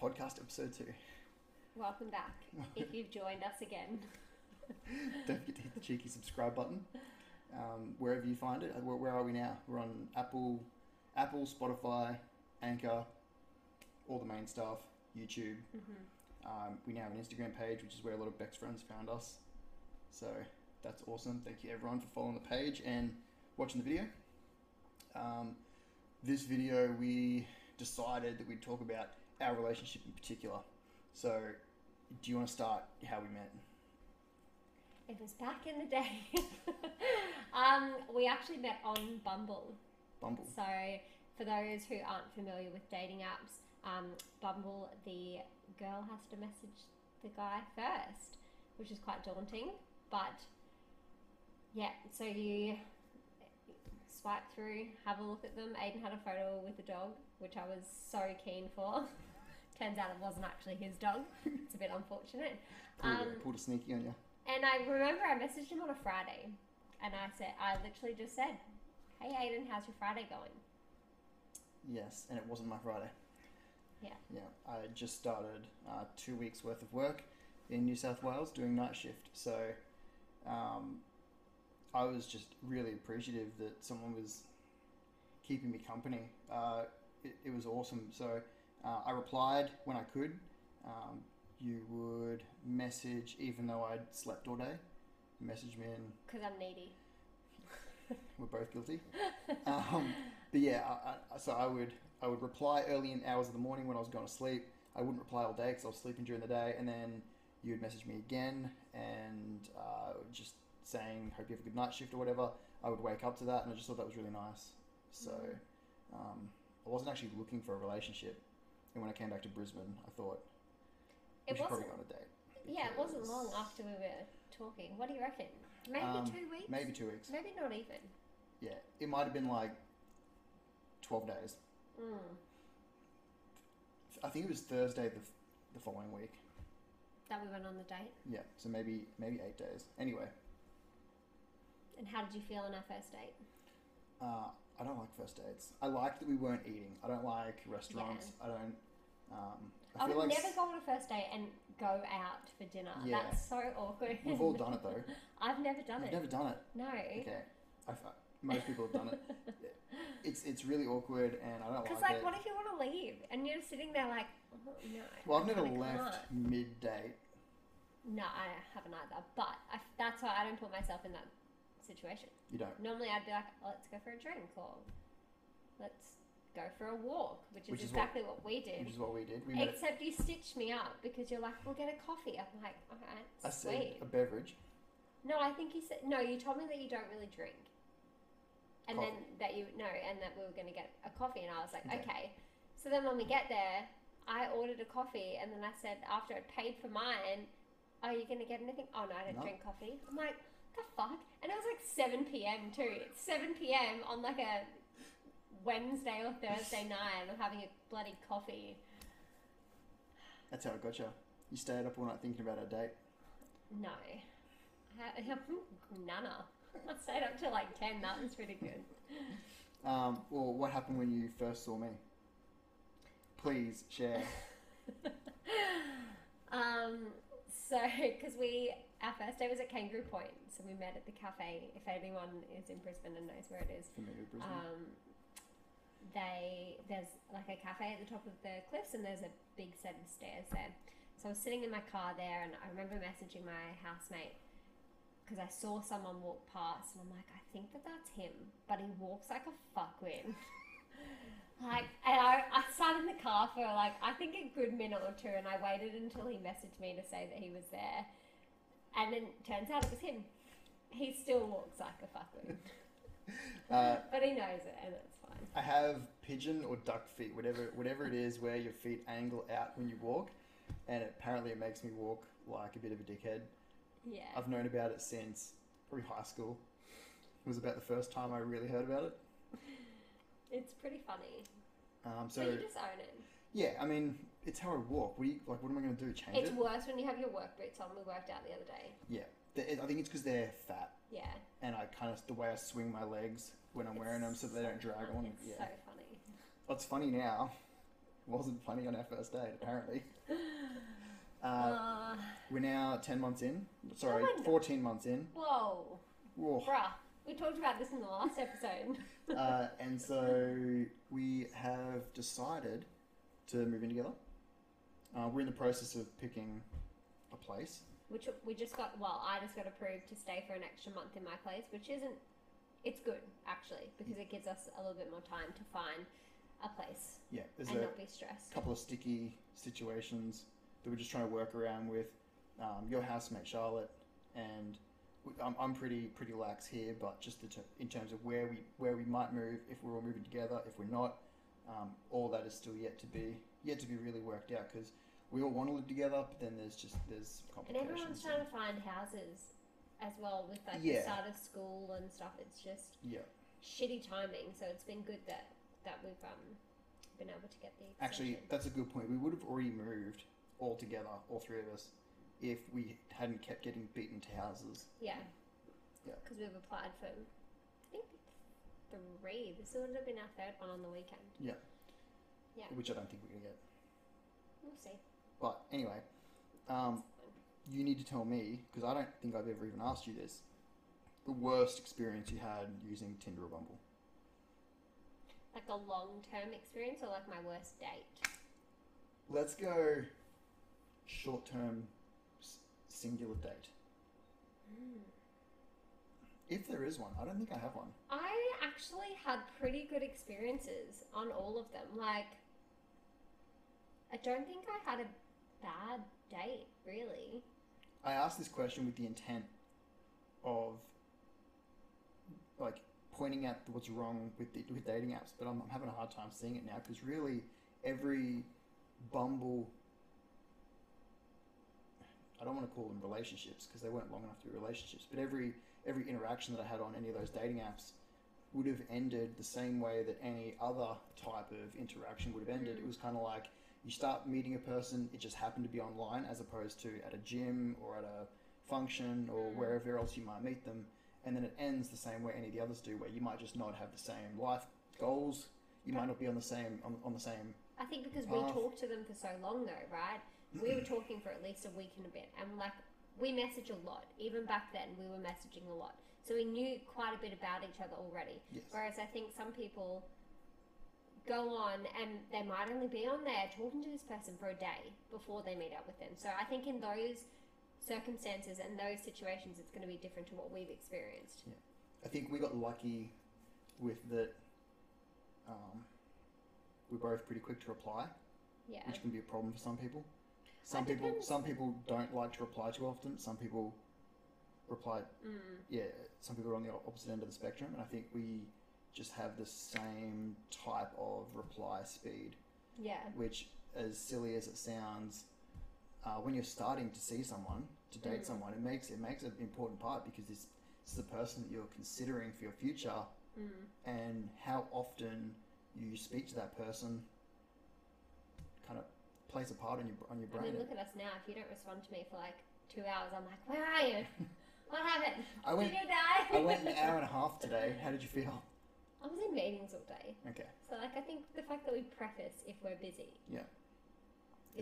podcast episode two. Welcome back. if you've joined us again, Don't forget to hit the cheeky subscribe button um, wherever you find it. Uh, Where, where are we now? We're on Apple, Apple, Spotify, Anchor, all the main stuff, YouTube. Um, we now have an Instagram page, which is where a lot of Beck's friends found us. So that's awesome. Thank you everyone for following the page and watching the video. Um, this video, we decided that we'd talk about our relationship in particular. So, do you want to start how we met? it was back in the day. um, we actually met on Bumble. Bumble. So, for those who aren't familiar with dating apps, um, Bumble, the girl has to message the guy first, which is quite daunting. But yeah, so you swipe through, have a look at them. Aiden had a photo with a dog, which I was so keen for. Turns out it wasn't actually his dog. It's a bit unfortunate. Pulled, a, Um, pulled a sneaky on you. And I remember I messaged him on a Friday, and I said, I literally just said, "Hey Aiden, how's your Friday going?" Yes, and it wasn't my Friday. Yeah. Yeah, I had just started uh, two weeks worth of work in New South Wales doing night shift. So um, I was just really appreciative that someone was keeping me company. Uh, it, it was awesome. So uh, I replied when I could. Um, you would message, even though I'd slept all day, message me and Because I'm needy. We're both guilty. Um, but yeah, I, I, so I would I would reply early in hours of the morning when I was going to sleep. I wouldn't reply all day because I was sleeping during the day, and then you would message me again and uh, just saying hope you have a good night shift or whatever. I would wake up to that, and I just thought that was really nice. So Mm. um, I wasn't actually looking for a relationship, and when I came back to Brisbane, I thought we It should probably wasn't. go on a date. Yeah, it wasn't because- long after we were talking. What do you reckon? Maybe Um, two weeks. Maybe two weeks. Maybe not even. Yeah, it might have been like twelve days. Mm, I think it was Thursday the, f- the following week. that we went on the date. Yeah, so maybe maybe eight days. Anyway, And how did you feel on our first date? uh, I don't like first dates. I like that we weren't eating. I don't like restaurants. I don't. Um, I, I, feel would like s- never go on a first date and go out for dinner. Yeah. That's so awkward. we've all done it though. I've never done You've it. never done it. No. Okay, I, f- most people have done it. It's it's really awkward, and I don't Because, like, like, it. what if you want to leave and you're sitting there like, oh, no. well, I've never kinda left mid date. can't." No, I haven't either. But I, that's why I don't put myself in that situation. You don't, Normally, I'd be like, "Oh, let's go for a drink or let's go for a walk, which is Which is what- exactly what, we which did. is what we did. We met. at- Except you stitched me up because you're like, we'll get a coffee. I'm like, all I right, said sweet. a beverage. No, I think you said no. You told me that you don't really drink, and then that you no, and that we were going to get a coffee, and I was like, Okay. okay. So then when we get there, I ordered a coffee, and then I said after I paid for mine, are you going to get anything? Oh no, I don't No. drink coffee. I'm like, the fuck, and it was like seven p.m. too. It's seven p.m. on like a Wednesday or Thursday night, and I'm having a bloody coffee. That's how I got you. You stayed up all night thinking about our date. No, I, I'm nana. I stayed up till like ten. That was pretty good. Um, well, what happened when you first saw me? Please share. um, so, because we, our first day was at Kangaroo Point, so we met at the cafe. If anyone is in Brisbane and knows where it is, Familiar with Brisbane. um, they there's like a cafe at the top of the cliffs, and there's a big set of stairs there. So I was sitting in my car there, and I remember messaging my housemate because I saw someone walk past, and I'm like, I think that that's him, but he walks like a fuckwit. like, and I, I sat in the car for like I think a good minute or two, and I waited until he messaged me to say that he was there, and then turns out it was him. He still walks like a fuckwit. uh, But he knows it, and it's fine. I have pigeon or duck feet, whatever whatever it is, where your feet angle out when you walk, and apparently it makes me walk like a bit of a dickhead. Yeah. I've known about it since probably high school. It was about the first time I really heard about it. It's pretty funny. Um, So so you just own it. yeah, I mean, it's how I walk. What do you like? What am I going to do? Change It's it? worse when you have your work boots on. We worked out the other day. The- I think it's because they're fat, Yeah. and I kind of the way I swing my legs when I'm wearing them so they don't drag funny. on. It's Yeah, so funny. What's funny now wasn't funny on our first date, apparently. Uh, Uh, we're now 10 months in. Sorry, Oh my God. 14 months in. whoa, Whoa. bruh. We talked about this in the last episode. Uh, and so we have decided to move in together. Uh, we're in the process of picking a place. which we just got well i just got approved to stay for an extra month in my place which isn't it's good actually because it gives us a little bit more time to find a place Yeah, there's and a not be stressed couple of sticky situations that we're just trying to work around with. Um, your housemate Charlotte and we, I'm, I'm pretty pretty lax here, but just in ter- in terms of where we where we might move if we're all moving together, if we're not, um, all that is still yet to be yet to be really worked out because we all want to live together, but then there's just there's and complications. everyone's so- trying to find houses as well with like Yeah. the start of school and stuff it's just yeah. shitty timing so it's been good that that we've um been able to get the Actually, extension. that's a good point. We would have already moved all together, all three of us, if we hadn't kept getting beaten to houses. yeah Yeah. because we've applied for i think three this would have been our third one on the weekend Yeah. Which I don't think we're gonna get. we'll see But anyway, um, you need to tell me because I don't think I've ever even asked you this. The worst experience you had using Tinder or Bumble. like a long term experience or like my worst date? Let's go short term s- singular date. Hmm. If there is one, I don't think I have one. I actually had pretty good experiences on all of them. Like, I don't think I had a bad date, really. I asked this question with the intent of like pointing out what's wrong with the, with dating apps, but I'm, I'm having a hard time seeing it now because really every Bumble. I don't want to call them relationships because they weren't long enough to be relationships, but every every interaction that I had on any of those dating apps would have ended the same way that any other type of interaction would have ended. Mm. It was kind of like you start meeting a person, it just happened to be online as opposed to at a gym or at a function or Mm. wherever else you might meet them. And then it ends the same way any of the others do, where you might just not have the same life goals. You might not be on the same on, on the same. I think because Half. we talked to them for so long, though, right? We were talking for at least a week and a bit, and like, we message a lot. Even back then, we were messaging a lot. So we knew quite a bit about each other already. Yes. Whereas I think some people go on and they might only be on there talking to this person for a day before they meet up with them. So I think in those circumstances and those situations, it's going to be different to what we've experienced. I think we got lucky with that. Um, we're both pretty quick to reply, Yeah. which can be a problem for some people. Some That people depends. some people don't like to reply too often. Some people reply Mm. yeah, some people are on the opposite end of the spectrum, and I think we just have the same type of reply speed, Yeah. which, as silly as it sounds, uh, when you're starting to see someone, to date Mm. someone, it makes it makes an important part because this, this is the person that you're considering for your future, Mm. and how often you speak to that person kind of plays a part on your on your I brain. mean, look at us now. If you don't respond to me for like two hours, I'm like, where are you? What happened? I went Did you die? I went an hour and a half today. How did you feel? I was in meetings all day. Okay, So, like, I think the fact that we preface if we're busy Yeah. is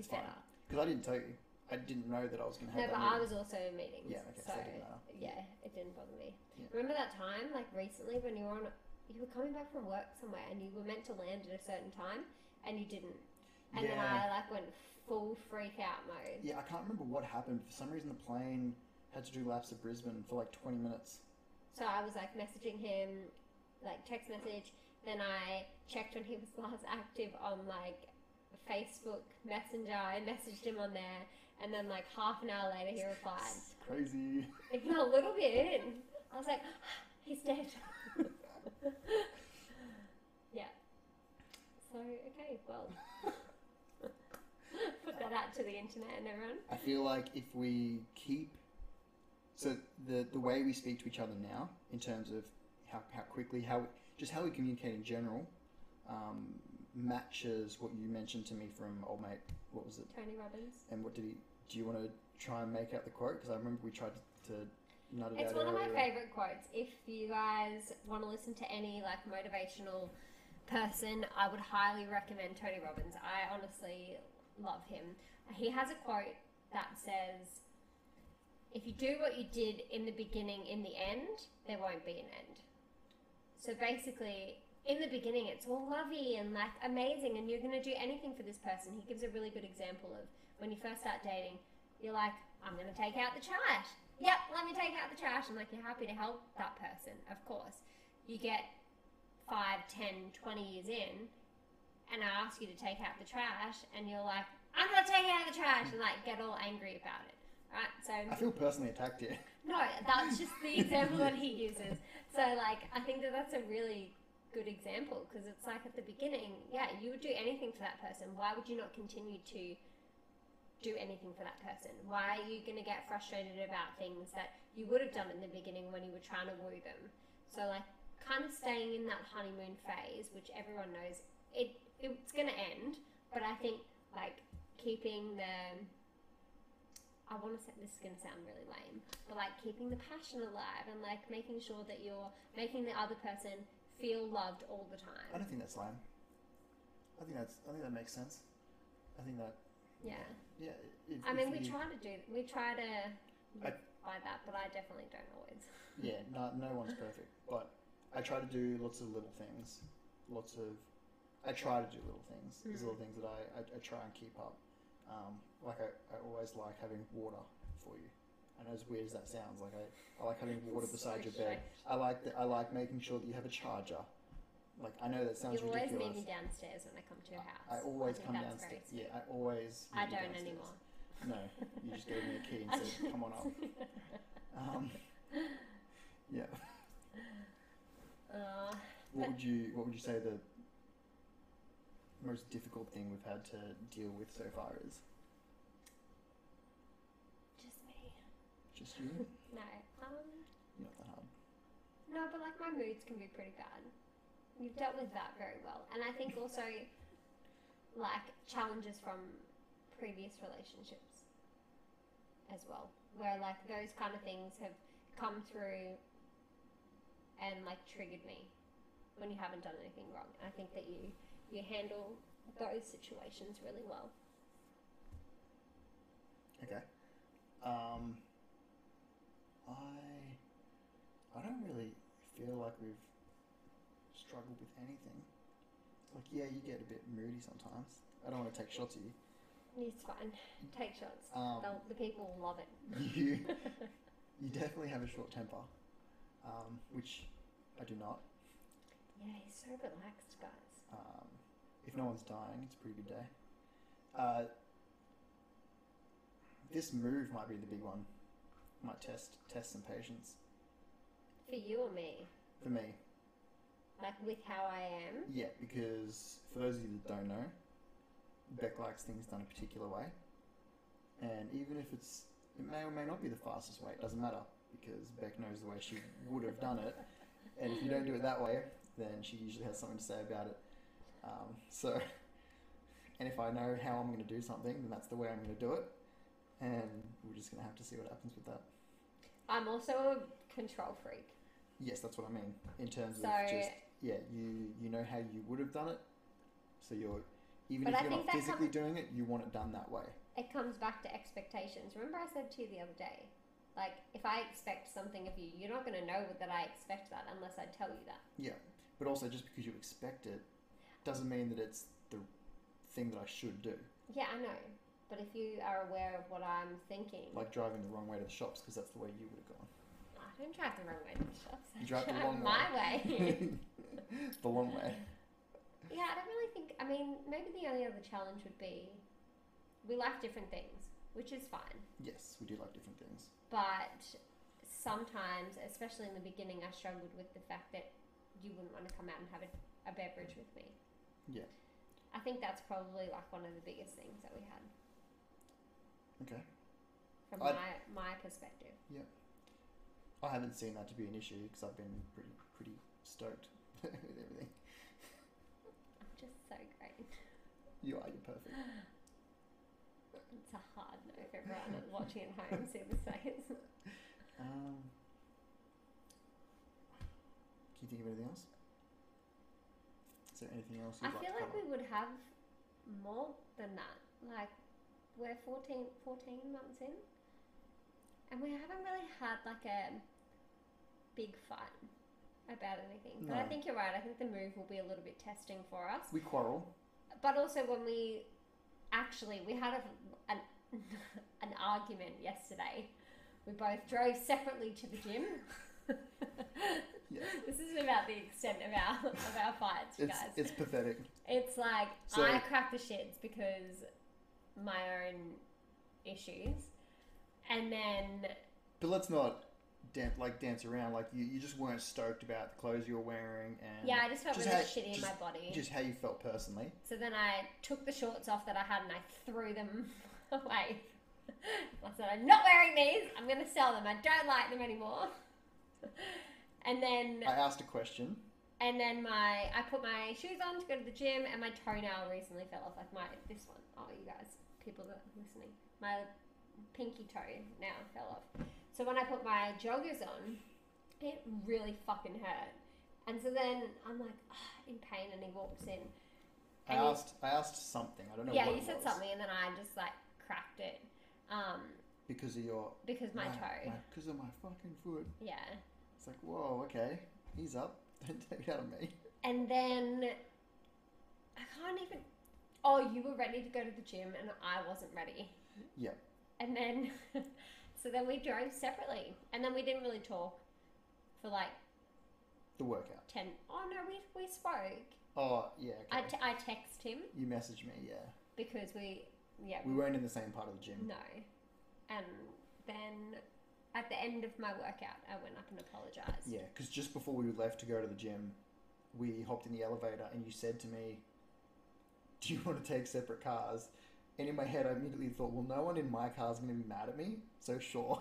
It's fine. better. because I didn't tell you. I didn't know that I was going to No, have but that. I meeting. was also in meetings. Yeah, okay, so so, it didn't matter. yeah, it didn't bother me. Yeah. Remember that time, like recently, when you were on, you were coming back from work somewhere, and you were meant to land at a certain time, and you didn't, and then Yeah. I like went full freak out mode. Yeah, I can't remember what happened. For some reason, the plane had to do laps of Brisbane for like 20 minutes. So I was like messaging him, like text message. Then I checked when he was last active on like Facebook Messenger. I messaged him on there, and then like half an hour later, he replied. It's crazy. Even a little bit. I was like, he's dead. yeah. So okay, well, put that out to the internet and everyone. I feel like if we keep. So the, the way we speak to each other now, in terms of how, how quickly, how just how we communicate in general, um, matches what you mentioned to me from old mate. What was it? Tony Robbins. And what did he? Do you want to try and make out the quote? Because I remember we tried to, to nut it It's out one of my earlier. favorite quotes. If you guys want to listen to any like motivational person, I would highly recommend Tony Robbins. I honestly love him. He has a quote that says, If you do what you did in the beginning, in the end, there won't be an end. So basically, in the beginning, it's all lovey and like amazing, and you're going to do anything for this person. He gives a really good example of when you first start dating, you're like, I'm going to take out the trash. Yep, let me take out the trash. And like, you're happy to help that person, of course. You get five, ten, twenty years in, and I ask you to take out the trash, and you're like, I'm not taking out the trash, and like get all angry about it. Right? So, I feel personally attacked here. no, that's just the example that he uses. So, like, I think that that's a really good example because it's like at the beginning, yeah, you would do anything for that person. Why would you not continue to do anything for that person? Why are you going to get frustrated about things that you would have done in the beginning when you were trying to woo them? So, like, kind of staying in that honeymoon phase, which everyone knows it it's going to end, but I think like keeping the I want to say this is going to sound really lame, but like keeping the passion alive and like making sure that you're making the other person feel loved all the I time. don't think that's lame. I think that's. I think that makes sense. I think that. Yeah. Yeah. If, if I mean, we you- try to do we try to I- live by that, but I definitely don't always. Yeah, no, no one's perfect, but I try to do lots of little things. Lots of, I try to do little things. There's Mm. little things that I, I, I try and keep up. Um, like I, I always like having water for you. And as weird as that sounds, like I, I like having water So beside your bed. strange. I like that. I like making sure that you have a charger. Like I know that sounds You always ridiculous. meet me downstairs when I come to your house. I always think come that's downstairs. very Yeah, I sweet. always. I meet you don't downstairs. anymore. No, you just gave me a key and said, "Come on up." Um, yeah. Uh, What would you What would you say the most difficult thing we've had to deal with so far is? just me. Just you. You're No. Um, not that hard. No, but like my moods can be pretty bad. You've dealt with that very well. And I think also like challenges from previous relationships as well, where like those kind of things have come through and like triggered me when you haven't done anything wrong. I think that you you handle those situations really well. Okay. Um. I. I don't really feel like we've struggled with anything. Like, yeah, you get a bit moody sometimes. I don't want to take shots at you. It's fine. Take shots. Um, They'll the people will love it. you you definitely have a short temper, um, which I do not. Yeah, he's so relaxed, guys. Um, if no one's dying, it's a pretty good day. Uh, this move might be the big one. Might test test some patience For you or me? for me. like with how I am. Yeah, because for those of you that don't know, Beck likes things done a particular way, and even if it's it may or may not be the fastest way, it doesn't matter because Beck knows the way she would have done it, and if you don't do it that way, then she usually has something to say about it. Um, so, and if I know how I'm going to do something, then that's the way I'm going to do it, and we're just going to have to see what happens with that. I'm also a control freak. Yes, that's what I mean. In terms So, of just yeah, you you know how you would have done it, so you're even But if I you're think not that physically comes- doing it, you want it done that way. It comes back to expectations. Remember, I said to you the other day, like, if I expect something of you, you're not going to know that I expect that unless I tell you that. But also, just because you expect it, doesn't mean that it's the thing that I should do. Yeah, I know. But if you are aware of what I'm thinking, Like driving the wrong way to the shops because that's the way you would have gone. I don't drive the wrong way to the shops. I You drive the long my way. the long way. yeah, I don't really think. I mean, maybe the only other challenge would be we like different things, which is fine. Yes, we do like different things. but sometimes, especially in the beginning, I struggled with the fact that you wouldn't want to come out and have a, a beverage with me. Yeah. I think that's probably like one of the biggest things that we had Okay. from I'd- my my perspective. I haven't seen that to be an issue because I've been pretty pretty stoked with everything. I'm just so great. You are you're perfect. It's a hard no for everyone watching at home. See the face. Um, can you think of anything else? So there anything else I you'd like feel to like cover? we would have more than that. Like we're 14, 14 months in, and we haven't really had like a big fight about anything. But I No. think you're right. I think the move will be a little bit testing for us. We quarrel. But also when we actually we had a, an an argument yesterday. We both drove separately to the gym. Yes. This is about the extent of our of our fights, you It's guys. it's pathetic. It's like So- I crack the shits because my own issues, and then But let's not dan- like dance around. Like you, you just weren't stoked about the clothes you were wearing and yeah, I just felt Just really how- shitty in my body. just how you felt personally. so then I took the shorts off that I had and I threw them away. I said, "I'm not wearing these. I'm going to sell them. I don't like them anymore." and then I asked a question. And then my, I put my shoes on to go to the gym, and my toenail recently fell off. Like my this one. Oh, you guys, people that are listening, my pinky toe now fell off. So when I put my joggers on, it really fucking hurt. And so then I'm like "Ah, in pain, and he walks in. I And you- asked I asked something. I don't know yeah, what you it said was something, and then I just like cracked it, um, because of your because my toe. Because of my fucking foot. Yeah. It's like, whoa, okay. He's up. Don't take it out of me. And then I can't even. Oh, you were ready to go to the gym, and I wasn't ready. Yeah. And then, so then we drove separately, and then we didn't really talk for like The workout. ten. Oh no, we we spoke. Oh yeah, I, okay. t- I text him you messaged me, yeah. because we yeah We weren't in the same part of the gym. no, and then at the end of my workout, I went up and apologized. Yeah, because just before we left to go to the gym, we hopped in the elevator and you said to me, Do you want to take separate cars? And in my head, I immediately thought, Well, no one in my car is going to be mad at me, so sure.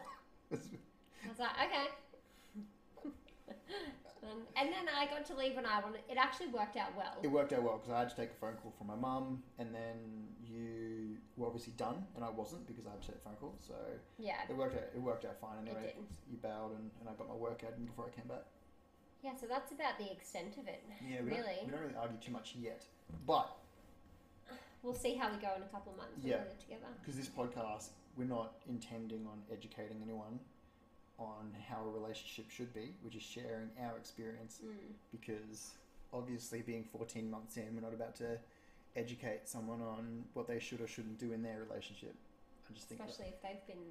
I was like, okay. and, and then I got to leave when I wanted. It actually worked out well. it worked out well because I had to take a phone call from my mum, and then you were obviously done, and I wasn't because I had to take a phone call, so yeah. it worked out, it worked out fine anyway. did. You bailed, and, and I got my workout in before I came back. Yeah, so that's about the extent of it. Yeah, we, Really? don't, we don't really argue too much yet. But We'll see how we go in a couple of months when Yeah. we're together. because this podcast, we're not intending on educating anyone on how a relationship should be. We're just sharing our experience Mm. because obviously, being 14 months in, we're not about to educate someone on what they should or shouldn't do in their relationship. I just think that Especially if they've been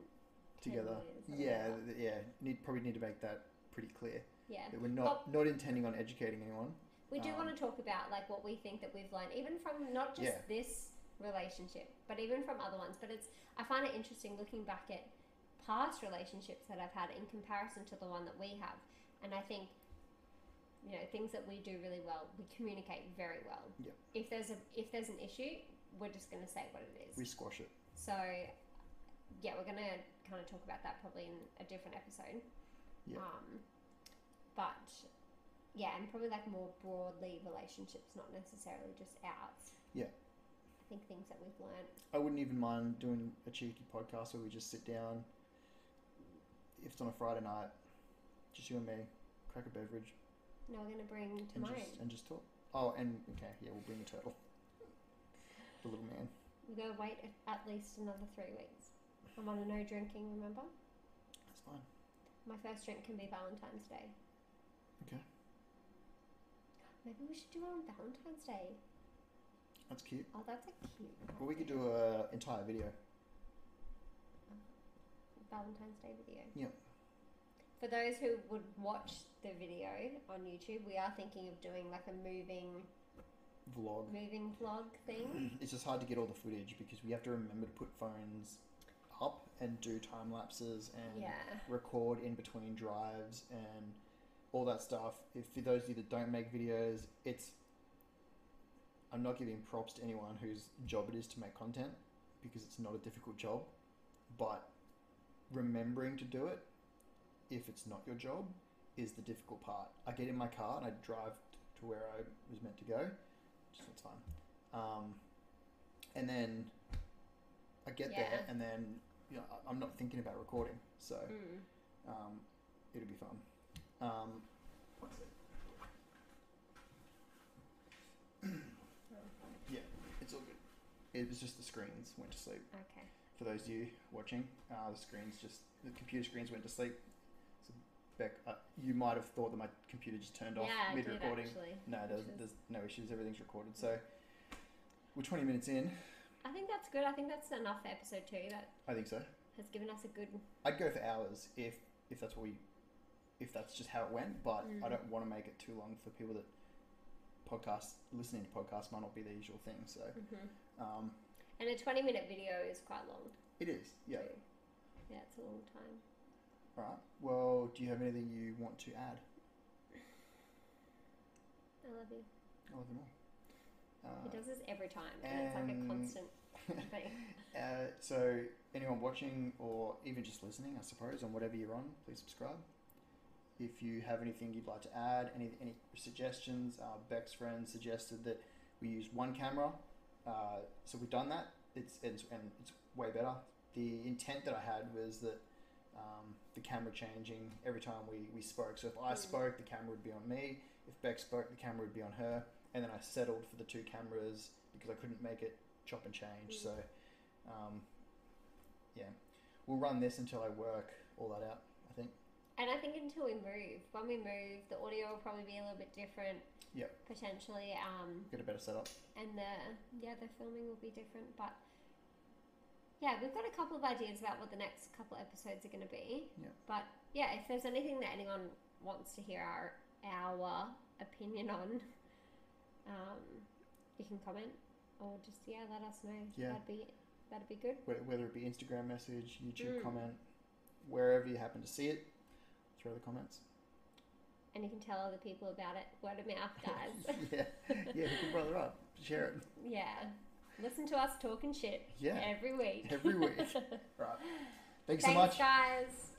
10 together, years or yeah, whatever. th- yeah, need probably need to make that pretty clear Yeah. that we're not not intending on educating anyone. We do Um, want to talk about like what we think that we've learned, even from not just Yeah. this relationship, but even from other ones. But it's I find it interesting looking back at past relationships that I've had in comparison to the one that we have, and I think you know things that we do really well, we communicate very well. Yeah. If there's a if there's an issue, we're just going to say what it is. We squash it. So, yeah, we're going to kind of talk about that probably in a different episode. Yeah. Um, but yeah, and probably like more broadly relationships, not necessarily just ours. Yeah. I think things that we've learned. I wouldn't even mind doing a cheeky podcast where we just sit down. If it's on a Friday night, just you and me, crack a beverage, Now we're going to bring to and mind. just and just talk. Oh, and okay, yeah, we'll bring the turtle, the little man. We're going to wait a- at least another three weeks. I'm on a no drinking, remember? That's fine. My first drink can be Valentine's Day. Okay. Maybe we should do it on Valentine's Day. That's cute. Oh, that's a cute. Well, we could idea. do a entire video. Valentine's Day video. Yep. For those who would watch the video on YouTube, we are thinking of doing like a moving vlog. moving vlog thing. It's just hard to get all the footage because we have to remember to put phones up and do time lapses and yeah. record in between drives and all that stuff. If for those of you that don't make videos, it's I'm not giving props to anyone whose job it is to make content because it's not a difficult job, but remembering to do it if it's not your job is the difficult part. I get in my car and I drive to where I was meant to go. Just it's fine. Um, and then I get Yeah. there and then you know, I- I'm not thinking about recording. So Mm. um, it'll be fun. Um, It was just the screens went to sleep. Okay. For those of you watching, uh, the screens just the computer screens went to sleep. So Beck, uh, you might have thought that my computer just turned off yeah, I did mid-recording. actually. No, there's, Which is- there's no issues. Everything's recorded. So we're 20 minutes in. I think that's good. I think that's enough for episode two. That I think so. has given us a good. I'd go for hours if if that's what we if that's just how it went. But I Mm. don't want to make it too long for people that podcast listening to podcasts might not be their usual thing. So hmm um, And a twenty-minute video is quite long. it is. Yeah. Too. Yeah, it's a long time. All right. Well, do you have anything you want to add? I love you. I love them all. He Uh, does this every time, and it's like a and- constant thing. uh, so, anyone watching or even just listening, I suppose, on whatever you're on, please subscribe. If you have anything you'd like to add, any any suggestions, uh, Beck's friend suggested that we use one camera, uh, so we've done that. It's, it's and it's way better. The intent that I had was that um, the camera changing every time we, we spoke. So if I Mm. spoke, the camera would be on me. If Beck spoke, the camera would be on her. And then I settled for the two cameras because I couldn't make it chop and change. Mm. So um, yeah, we'll run this until I work all that out. I think. And I think until we move, when we move, the audio will probably be a little bit different. Yep. Potentially, um, Get a better setup. and the yeah, the filming will be different, but yeah, we've got a couple of ideas about what the next couple episodes are going to be. Yep. But yeah, if there's anything that anyone wants to hear our our opinion on, um, you can comment or just yeah, let us know. Yeah. That'd be that'd be good. Wh- Whether it be Instagram message, YouTube Mm. comment, wherever you happen to see it, throw the comments. And you can tell other people about it. Word of mouth, guys. yeah, yeah, hook a brother up, share it. yeah. Listen to us talking shit Yeah, every week. every week. right. Thanks, so Thanks, much. guys.